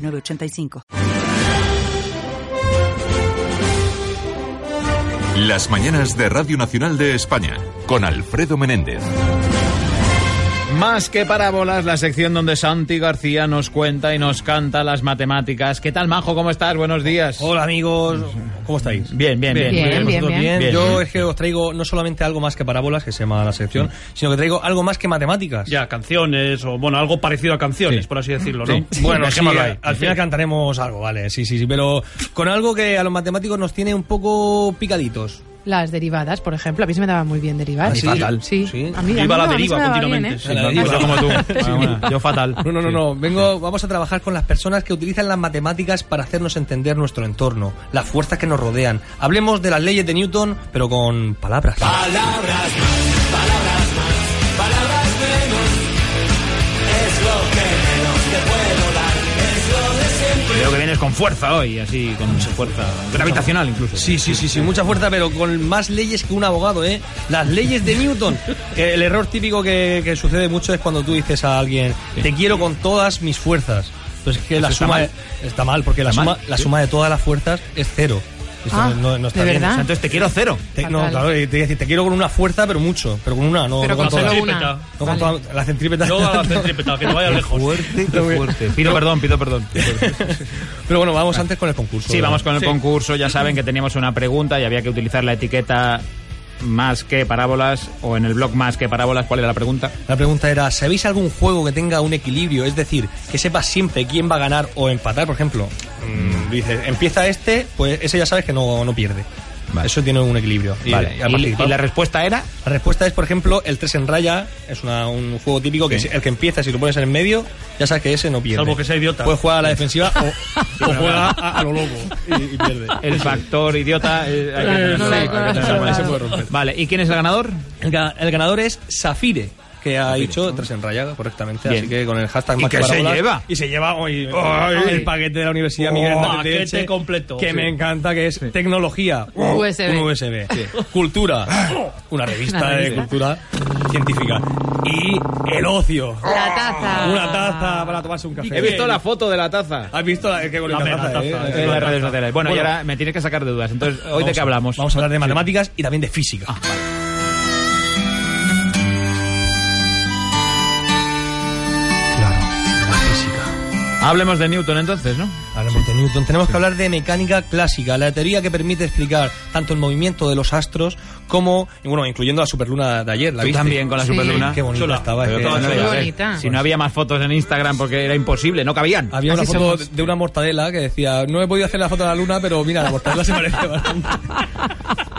985. Las mañanas de Radio Nacional de España con Alfredo Menéndez. Más que parábolas, la sección donde Santi García nos cuenta y nos canta las matemáticas. ¿Qué tal, Majo? ¿Cómo estás? Buenos días. Hola, amigos. ¿Cómo estáis? Bien, bien, bien. Bien, bien, ¿Vosotros bien. Yo es que os traigo no solamente algo más que parábolas, que se llama la sección, sino que traigo algo más que matemáticas. Ya, canciones, o bueno, algo parecido a canciones, Sí. por así decirlo, ¿no? Sí. Bueno, sí, dejémoslo ahí. al final cantaremos algo, vale, sí, sí, sí, pero con algo que a los matemáticos nos tiene un poco picaditos. Las derivadas, por ejemplo, a mí se me daban muy bien derivadas. ¿Ah, sí? Fatal. Sí. Sí. A mí, a mí Iba no, la a mí se deriva me daba continuamente. bien, ¿eh? sí, A la tanto deriva. como tú. Ah, bueno, Yo fatal. No, no, no, no. Vengo, vamos a trabajar con las personas que utilizan las matemáticas para hacernos entender nuestro entorno, las fuerzas que nos rodean. Hablemos de las leyes de Newton, pero con palabras. Veo que vienes con fuerza hoy, así, con mucha fuerza. Gravitacional incluso. Sí, sí, sí, sí, mucha fuerza, pero con más leyes que un abogado, ¿eh? Las leyes de Newton. Eh, El error típico que, que sucede mucho es cuando tú dices a alguien, te quiero con todas mis fuerzas. Pues es que la está suma mal. está mal, porque la, Está suma, mal, la sí. suma de todas las fuerzas es cero. Esto Ah, no, no está ¿de bien. verdad? O sea, Entonces te quiero cero. te- no, Fatal. claro, y te, voy a decir, te quiero con una fuerza, pero mucho, pero con una, no, Pero no con todas. solo Sí, una. peta. No con Vale. todas, la centrípeta. Yo a la centrípeta, que te vaya lejos. Fuerte, fuerte. Pido perdón, pido perdón. Pero bueno, vamos antes con el concurso. Sí, vamos con el Sí. concurso. Ya saben que teníamos una pregunta y había que utilizar la etiqueta más que parábolas o en el blog más que parábolas. ¿Cuál era la pregunta? La pregunta era, ¿sabéis algún juego que tenga un equilibrio? Es decir, que sepas siempre quién va a ganar o empatar, por ejemplo. mm, dices, empieza este, pues ese ya sabes que no, no pierde. Vale. Eso tiene un equilibrio. Y- Vale. y a partir- y la respuesta era la respuesta es, por ejemplo, el 3 en raya. Es una- un juego típico que si- el que empieza, si lo pones en el medio, ya sabes que ese no pierde. Salvo que sea idiota. Puedes jugar a la defensiva o, o juega a, a lo loco y, y pierde. El factor idiota. eh, hay que tenerlo- no, no, hay que no, tenerlo no, en se puede cuenta. Vale, ¿y quién es el ganador? El, ga- el ganador es Safire. Que ha dicho tres en raya correctamente, Bien. así que con el hashtag ¿Y más qué se parábolas- lleva? Y se lleva hoy Ay. el paquete de la Universidad Oh, Miguel Hernández de paquete Elche, completo. Que Sí. me encanta, que es tecnología, USB. un USB, cultura, Ah. una revista, Una de revista. cultura científica, y el ocio, La taza. una taza para tomarse un café. Ah. He visto la foto de la taza. ¿Has visto la, que Ah, con la, La taza, taza, eh? la En las redes sociales. Bueno, y ahora me tienes que sacar de dudas. Entonces, ¿hoy de Vamos qué a- hablamos? Ah, Vamos a hablar de matemáticas y también de física. Claro, la física. Hablemos de Newton entonces, ¿no? Hablemos de Newton. Tenemos que hablar de mecánica clásica, la teoría que permite explicar tanto el movimiento de los astros como, y bueno, incluyendo la superluna de ayer. ¿La Tú viste? también con la Sí. superluna. Qué bonita Chula. estaba. es Pero que- todo Qué eso, a ver, bonita. Si no había más fotos en Instagram porque era imposible, no cabían. Había una Así foto somos. de una mortadela que decía, no he podido hacer la foto de la luna, pero mira, la mortadela se parece bastante.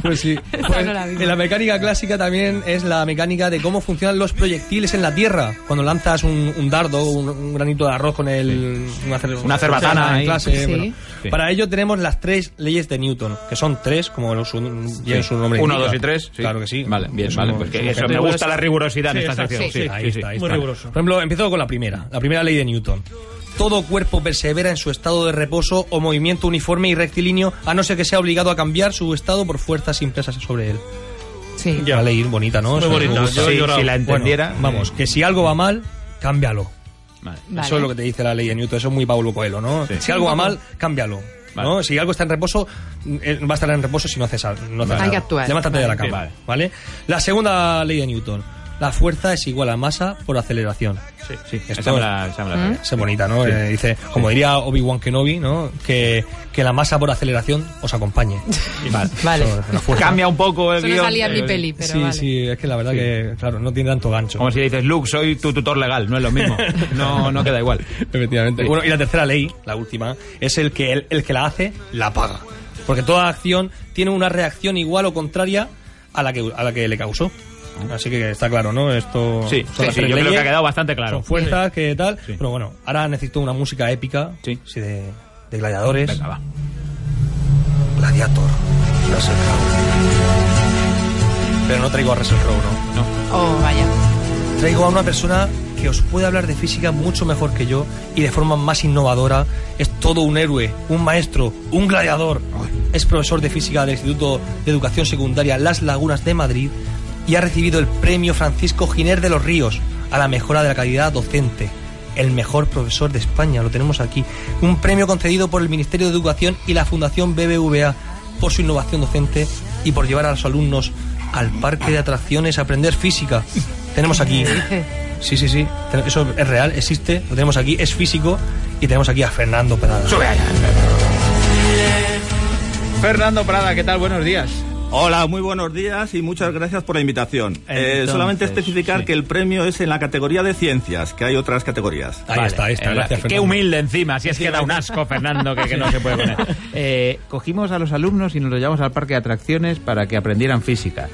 Pues sí. Esa Pues, no la vi. en la mecánica clásica también es la mecánica de cómo funcionan los proyectiles en la Tierra. Cuando lanzas un, un dardo, un, un granito de arroz con el, una, cer- Una cerbatana ahí. en clase. Sí. bueno. Sí. Para ello tenemos las tres leyes de Newton, que son tres, como lo su, llevan su nombre. Uno, indica. dos y tres. sí. Claro que sí. Vale, bien, Somos- vale. Pues que somos eso, gente me muy gusta la rigurosidad en Sí, esta exacto, sección. sí, Sí, ahí sí, está, ahí sí. Muy está. riguroso. Por ejemplo, empiezo con la primera, la primera ley de Newton. Todo cuerpo persevera en su estado de reposo o movimiento uniforme y rectilíneo, a no ser que sea obligado a cambiar su estado por fuerzas impresas sobre él. Sí. Una ley bonita, ¿no? Muy Eso me bonita, gusta. yo he Sí, llorado. si la entendiera, eh. Bueno, vamos, que si algo va mal, cámbialo. Vale. Vale. Eso es lo que te dice la ley de Newton, eso es muy Paulo Coelho, ¿no? Si algo va mal, cámbialo. Vale. ¿no? Si algo está en reposo, eh, va a estar en reposo si no haces algo. No haces Hay nada. que actuar. Levántate de la Vale. cama. Vale. La segunda ley de Newton. La fuerza es igual a masa por aceleración. Sí, sí. Esto- esa me la- esa me la ¿Mm? sabía. Esa es bonita, ¿no? Eh, dice, como diría Obi-Wan Kenobi, ¿no? Que, que la masa por aceleración os acompañe. Vale. Vale. Eso, la fuerza. Cambia un poco el Eso no guión. salía en mi Eh, peli, pero Sí, vale. sí, es que la verdad que, claro, no tiene tanto gancho. Como si le dices, Luke, soy tu tutor legal, no es lo mismo. No, no queda igual. Efectivamente. Bueno, y la tercera ley, la última, es el que el, el que la hace, la paga. Porque toda acción tiene una reacción igual o contraria a la que, a la que le causó. Así que está claro, ¿no? Esto. Sí, son sí, las sí, tres yo creo que leyes, ha quedado bastante claro. Son fuerzas, que tal. Sí. Pero bueno, ahora necesito una música épica. Sí. así de, de gladiadores. Venga, va. Gladiator. Russell Crowe. Pero no traigo a Russell Crowe, ¿no? Oh, vaya. Traigo a una persona que os puede hablar de física mucho mejor que yo y de forma más innovadora. Es todo un héroe, un maestro, un gladiador. Es profesor de física del Instituto de Educación Secundaria Las Lagunas de Madrid y ha recibido el premio Francisco Giner de los Ríos a la mejora de la calidad docente. El mejor profesor de España, lo tenemos aquí. Un premio concedido por el Ministerio de Educación y la Fundación BBVA por su innovación docente y por llevar a los alumnos al parque de atracciones a aprender física. Tenemos aquí Dice, Sí, sí, sí. Ten- Eso es real, existe, lo tenemos aquí, es físico y tenemos aquí a Fernando Prada. Fernando Prada, ¿qué tal? Buenos días. Hola, muy buenos días y muchas gracias por la invitación. Eh, Entonces, solamente especificar sí. que el premio es en la categoría de ciencias, que hay otras categorías. Ahí está, ahí está. Eh, gracias, qué Fernando. humilde encima, si es que da un asco, Fernando, que, que no se puede poner. Eh, cogimos a los alumnos y nos los llevamos al parque de atracciones para que aprendieran física.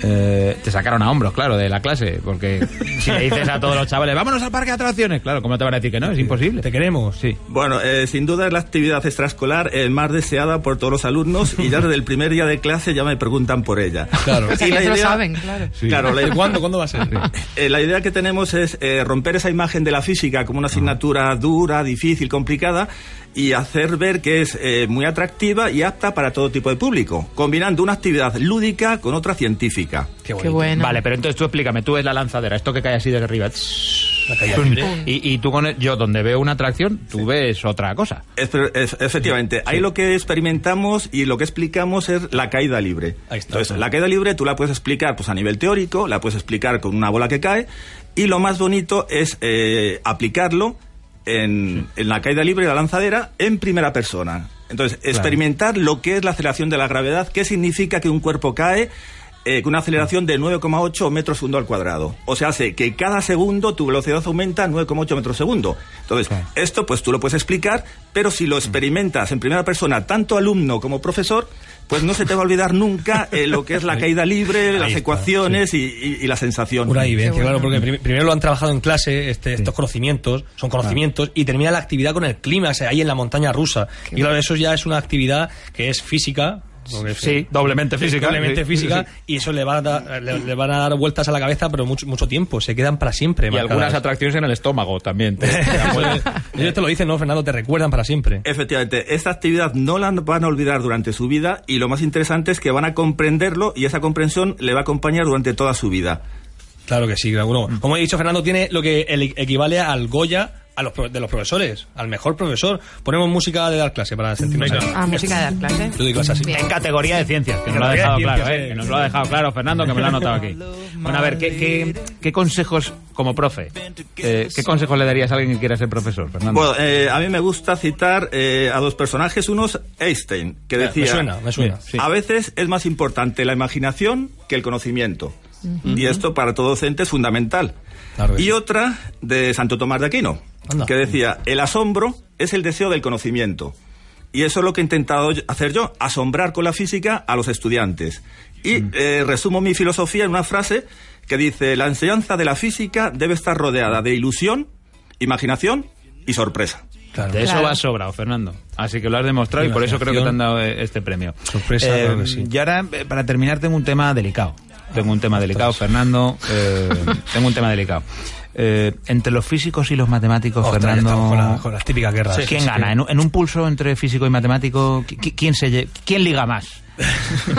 Eh, te sacaron a hombros, claro, de la clase, porque si le dices a todos los chavales, vámonos al parque de atracciones, claro, ¿cómo te van a decir que no? Es imposible. Te queremos. Sí. Bueno, eh, sin duda es la actividad extraescolar eh, más deseada por todos los alumnos y ya desde el primer día de clase ya me preguntan por ella. Claro. O sea, Y que ya la se lo idea- saben, claro. Claro, la- ¿Cuándo, ¿Cuándo va a ser? Eh, la idea que tenemos es eh, romper esa imagen de la física como una asignatura dura, difícil, complicada y hacer ver que es eh, muy atractiva y apta para todo tipo de público, combinando una actividad lúdica con otra científica. Qué bueno. Vale, pero entonces tú explícame, tú ves la lanzadera, esto que cae así desde arriba. tss, La caída pum, libre. Y, y tú con el- yo donde veo una atracción, tú ves otra cosa. Espe- es- efectivamente, ahí lo que experimentamos y lo que explicamos es la caída libre. Ahí está. Entonces, la caída libre tú la puedes explicar pues, a nivel teórico, la puedes explicar con una bola que cae, y lo más bonito es eh, aplicarlo en, en la caída libre de la lanzadera en primera persona. Entonces, experimentar lo que es la aceleración de la gravedad, qué significa que un cuerpo cae eh, con una aceleración de 9,8 metros segundo al cuadrado. O sea, hace que cada segundo tu velocidad aumenta 9,8 metros segundo. Entonces, esto pues tú lo puedes explicar, pero si lo Mm. experimentas en primera persona, tanto alumno como profesor, pues no se te va a olvidar nunca eh, lo que es la caída libre, las está, ecuaciones y, y- y la sensación. Una vivencia, Qué bueno. claro, porque prim- primero lo han trabajado en clase, este, estos conocimientos, son conocimientos, y termina la actividad con el clima, ahí en la montaña rusa. y claro, eso ya es una actividad que es física. porque es- Sí, doblemente física. Probablemente Sí, física, sí, sí. y eso le van, a dar, le, le van a dar vueltas a la cabeza, pero mucho, mucho tiempo, se quedan para Y siempre. algunas marcadas. atracciones en el estómago también. te- te pueden- Ellos te lo dicen, ¿no, Fernando? Te recuerdan para siempre. Efectivamente, esta actividad no la van a olvidar durante su vida y lo más interesante es que van a comprenderlo y esa comprensión le va a acompañar durante toda su vida. Claro que sí, claro. Bueno, Como he dicho, Fernando tiene lo que el- e- equivale al Goya a los, pro- de los profesores, al mejor profesor. Ponemos música de dar clase para sentirnos. ahí. Ah, música de dar clase. Yo doy clase así. Bien. En categoría de ciencias, que nos lo ha Categoría dejado de claro, ciencias, ¿eh? eh. Que nos lo ha dejado claro Fernando, que me lo ha anotado aquí. Bueno, a ver, ¿qué, qué, qué consejos como profe? eh, ¿Qué consejos le darías a alguien que quiera ser profesor, Fernando? Bueno, eh, a mí me gusta citar eh, a dos personajes. Uno es Einstein, que decía... Me suena, me suena. Sí. A veces es más importante la imaginación que el conocimiento. Y esto para todo docente es fundamental. Claro que y sí. otra de Santo Tomás de Aquino, Anda. que decía, el asombro es el deseo del conocimiento. Y eso es lo que he intentado yo- hacer yo, asombrar con la física a los estudiantes. Y Mm. eh, resumo mi filosofía en una frase que dice, la enseñanza de la física debe estar rodeada de ilusión, imaginación y sorpresa. Claro. De eso Claro. vas sobrado, Fernando. Así que lo has demostrado y por eso creo que te han dado eh, este premio. Sorpresa, claro que sí. Y ahora, eh, para terminar, tengo un tema delicado. Tengo un tema delicado, Fernando. eh, tengo un tema delicado. Eh, entre los físicos y los matemáticos, Ostras, ya Fernando. estamos con, la- con las típicas guerras. Sí, ¿Quién gana? eh? En un, en un pulso entre físico y matemático, qui- qui- ¿quién, se lle- ¿quién liga más?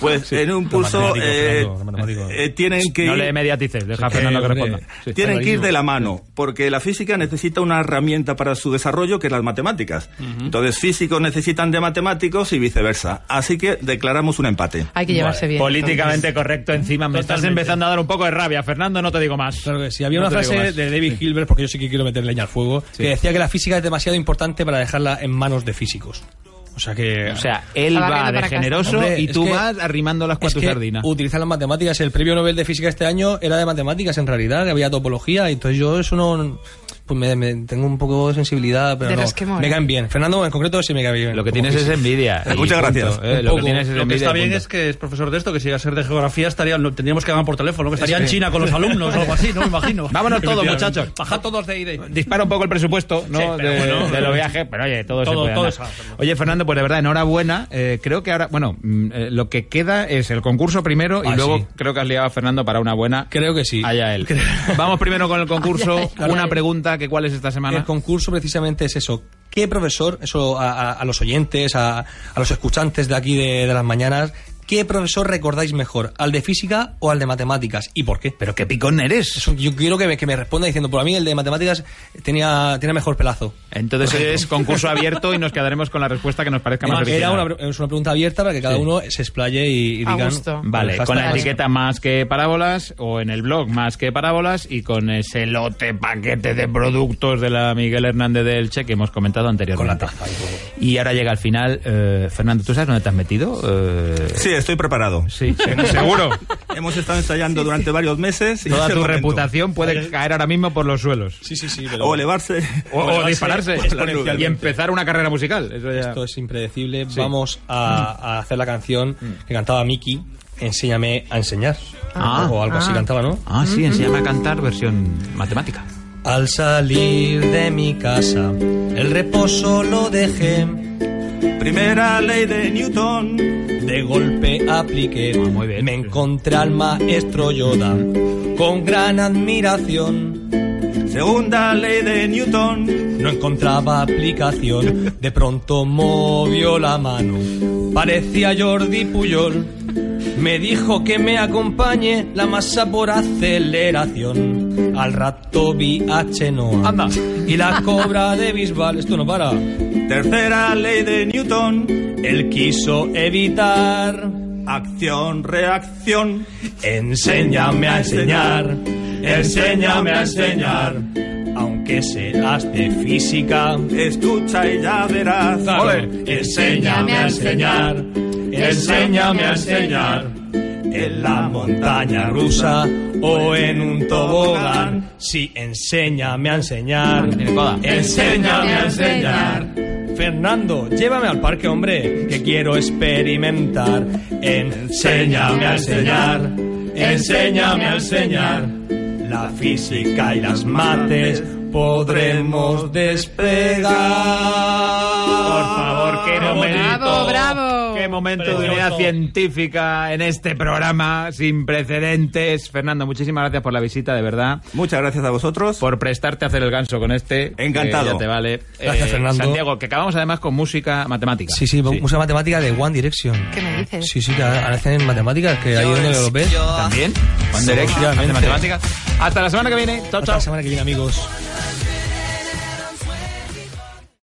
Pues en un Los pulso matemáticos, eh, Fernando, los matemáticos. eh, tienen que... No ir- le mediatices, deja a Sí, Fernando que hombre. responda. Sí. Tienen que ir Clarísimo. de la mano, porque la física necesita una herramienta para su desarrollo que es las matemáticas. Entonces, físicos necesitan de matemáticos y viceversa. Así que declaramos un empate. Hay que llevarse bien. Políticamente correcto encima. Me estás empezando a dar un poco de rabia, Fernando, no te digo más. Claro que sí. Había No una te digo frase más. de David Hilbert, porque yo sí que quiero meter leña al fuego, que decía que la física es demasiado importante para dejarla en manos de físicos. O sea que. O sea, él Estaba va viendo de para casa. generoso Hombre, y es tú que- vas arrimando las Es cuatro que sardinas. utilizan las matemáticas. El premio Nobel de Física este año era de matemáticas, en realidad, que había topología, y entonces yo eso no... pues me, me- tengo un poco de sensibilidad, pero De no, resquemor. me caen bien. Fernando en concreto sí me cae bien. Lo que tienes es envidia. y Muchas punto, gracias. ¿eh? Un Lo que poco. tienes es Lo que envidia. está y bien punto. es que es profesor de esto, que si llega a ser de geografía estaría, lo- tendríamos que hablar por teléfono, que estaría en China con los alumnos o algo así, ¿no? Me Imagino. Vámonos todos, Efectivamente. muchachos. Bajad todos de E. ID. Dispara un poco el presupuesto ¿no? Sí, pero de, bueno. de los viajes, pero oye, todo, se Todo- puede todo andar. es fácil. Oye, Fernando, pues de verdad, enhorabuena. Eh, creo que ahora, bueno, mm, eh, lo que queda es el concurso primero y Ah, luego sí. creo que has liado a Fernando para una buena. Creo que sí. Allá él. Vamos primero con el concurso. Allá él. Una pregunta, que ¿cuál es esta semana? El concurso precisamente es eso. ¿Qué profesor, eso a, a- a los oyentes, a, a los escuchantes de aquí de, de las mañanas, qué profesor recordáis mejor? ¿Al de física o al de matemáticas? ¿Y por qué? Pero qué picón eres. Eso yo quiero que me, que me responda diciendo, por a mí el de matemáticas tenía, tenía mejor pelazo. Entonces es concurso abierto y nos quedaremos con la respuesta que nos parezca más Era original. una, pre- es una pregunta abierta para que cada Sí. uno se explaye y, y A digan- gusto. Vale, con la hashtag. etiqueta más que parábolas o en el blog más que parábolas y con ese lote paquete de productos de la Miguel Hernández del Che que hemos comentado anteriormente. Con la taza y todo. Y ahora llega al final. eh, Fernando, ¿tú sabes dónde te has metido? Eh, Sí, estoy preparado. sí, se- seguro. Hemos estado ensayando durante varios meses. y Toda es el tu momento. reputación puede caer ahora mismo por los suelos. Sí, sí, sí. pero- O elevarse. Pues O, o dispararse por las nubes. y empezar una carrera musical. Eso ya- Esto es impredecible. Vamos a, a hacer la canción Mm. que cantaba Miki, Enséñame a enseñar. Ah. o algo así Ah. cantaba, ¿no? Ah, sí, enséñame a cantar versión matemática. Al salir de mi casa, el reposo lo dejé. Primera ley de Newton. De golpe apliqué. Ah, muy bien. Me encontré al maestro Yoda con gran admiración. Segunda ley de Newton. No encontraba aplicación. De pronto movió la mano. Parecía Jordi Puyol. Me dijo que me acompañe la masa por aceleración. Al rato vi a Chenoa. Anda. Y la cobra de Bisbal. Esto no para. Tercera ley de Newton. Él quiso evitar. Acción, reacción. Enséñame a enseñar, enséñame a enseñar, aunque seas de física. Escucha y ya verás. Enséñame a enseñar, enséñame a enseñar, en la montaña rusa o en un tobogán. Sí, enséñame a enseñar, Tiene coda. enséñame a enseñar. Fernando, llévame al parque, hombre, que quiero experimentar. Enséñame a enseñar, enséñame a enseñar. La física y las mates podremos despegar. Por favor, qué Bravo, momento. bravo. Qué momento de Precioso. unidad científica en este programa sin precedentes. Fernando, muchísimas gracias por la visita, de verdad. Muchas gracias a vosotros. Por prestarte a hacer el ganso con este. Encantado. que ya te vale. Eh, Gracias, Fernando. Santiago, que acabamos además con música matemática. Sí, sí, música matemática de One Direction. ¿Qué me dices? Sí, sí, que ahora hacen matemáticas, que ahí es donde lo ves. ¿También? Juan Derek, Seguramente. matemática. Hasta la semana que viene. Chao, Hasta chao. la semana que viene, amigos.